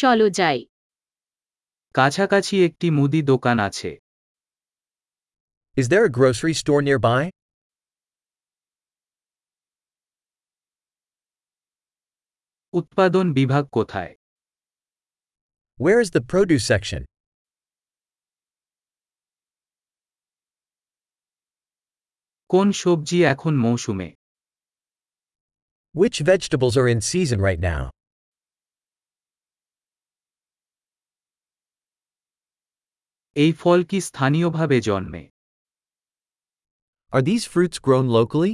চলো যাই কাছাকাছি একটি মুদি দোকান আছে Is there a grocery store nearby? উৎপাদন বিভাগ কোথায় Where is the produce section? কোন সবজি এখন মৌসুমে Which vegetables are in season right now? এই ফল কি স্থানীয়ভাবে জন্মে Are these fruits grown locally?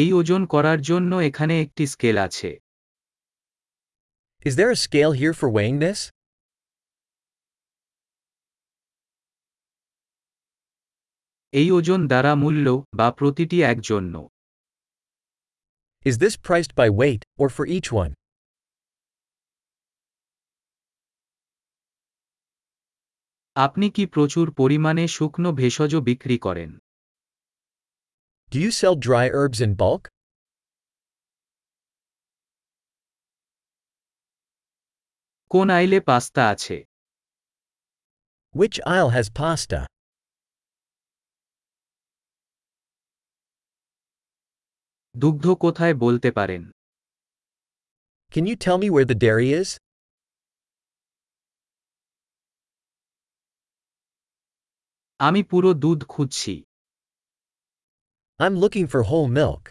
এই ওজন করার জন্য এখানে একটি স্কেল আছে Is there a scale here for weighing this? এই ওজন দ্বারা মূল্য বা প্রতিটি এক জন্য Is this priced by weight, or for each one? আপনি কি প্রচুর পরিমাণে শুকনো ভেষজ বিক্রি করেন Do you sell dry herbs in bulk? কোন আইলে পাস্তা আছে Which aisle has pasta? দুগ্ধ কোথায় বলতে পারেন Can you tell me where the dairy is? আমি পুরো দুধ খুঁজছি I'm looking for whole milk.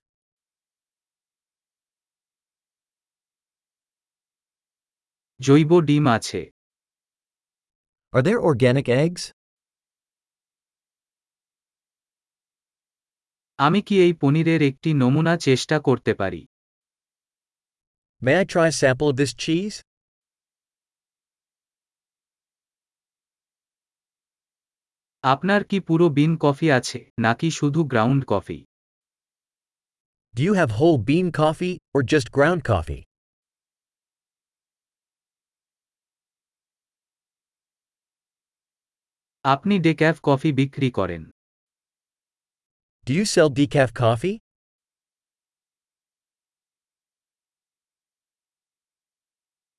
জৈব ডিম আছে Are there organic eggs? আমি কি এই পনিরের একটি নমুনা চেষ্টা করতে পারি May I try a sample of this cheese? আপনার কি পুরো বিন কফি আছে নাকি শুধু ground coffee Do you have whole bean coffee, or just ground coffee? আপনি ডেক্যাফ কফি বিক্রি করেন Do you sell decaf coffee?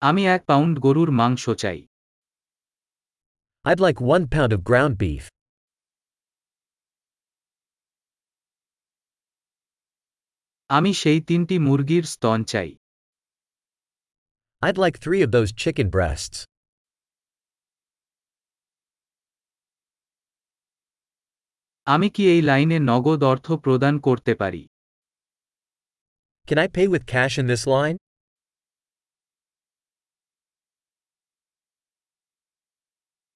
আমি এক পাউন্ড গরুর মাংস চাই I'd like one pound of ground beef. আমি সেই তিনটি মুরগির স্তন চাই I'd like three of those chicken breasts. আমি কি এই লাইনে নগদ অর্থ প্রদান করতে পারি Can I pay with cash in this line?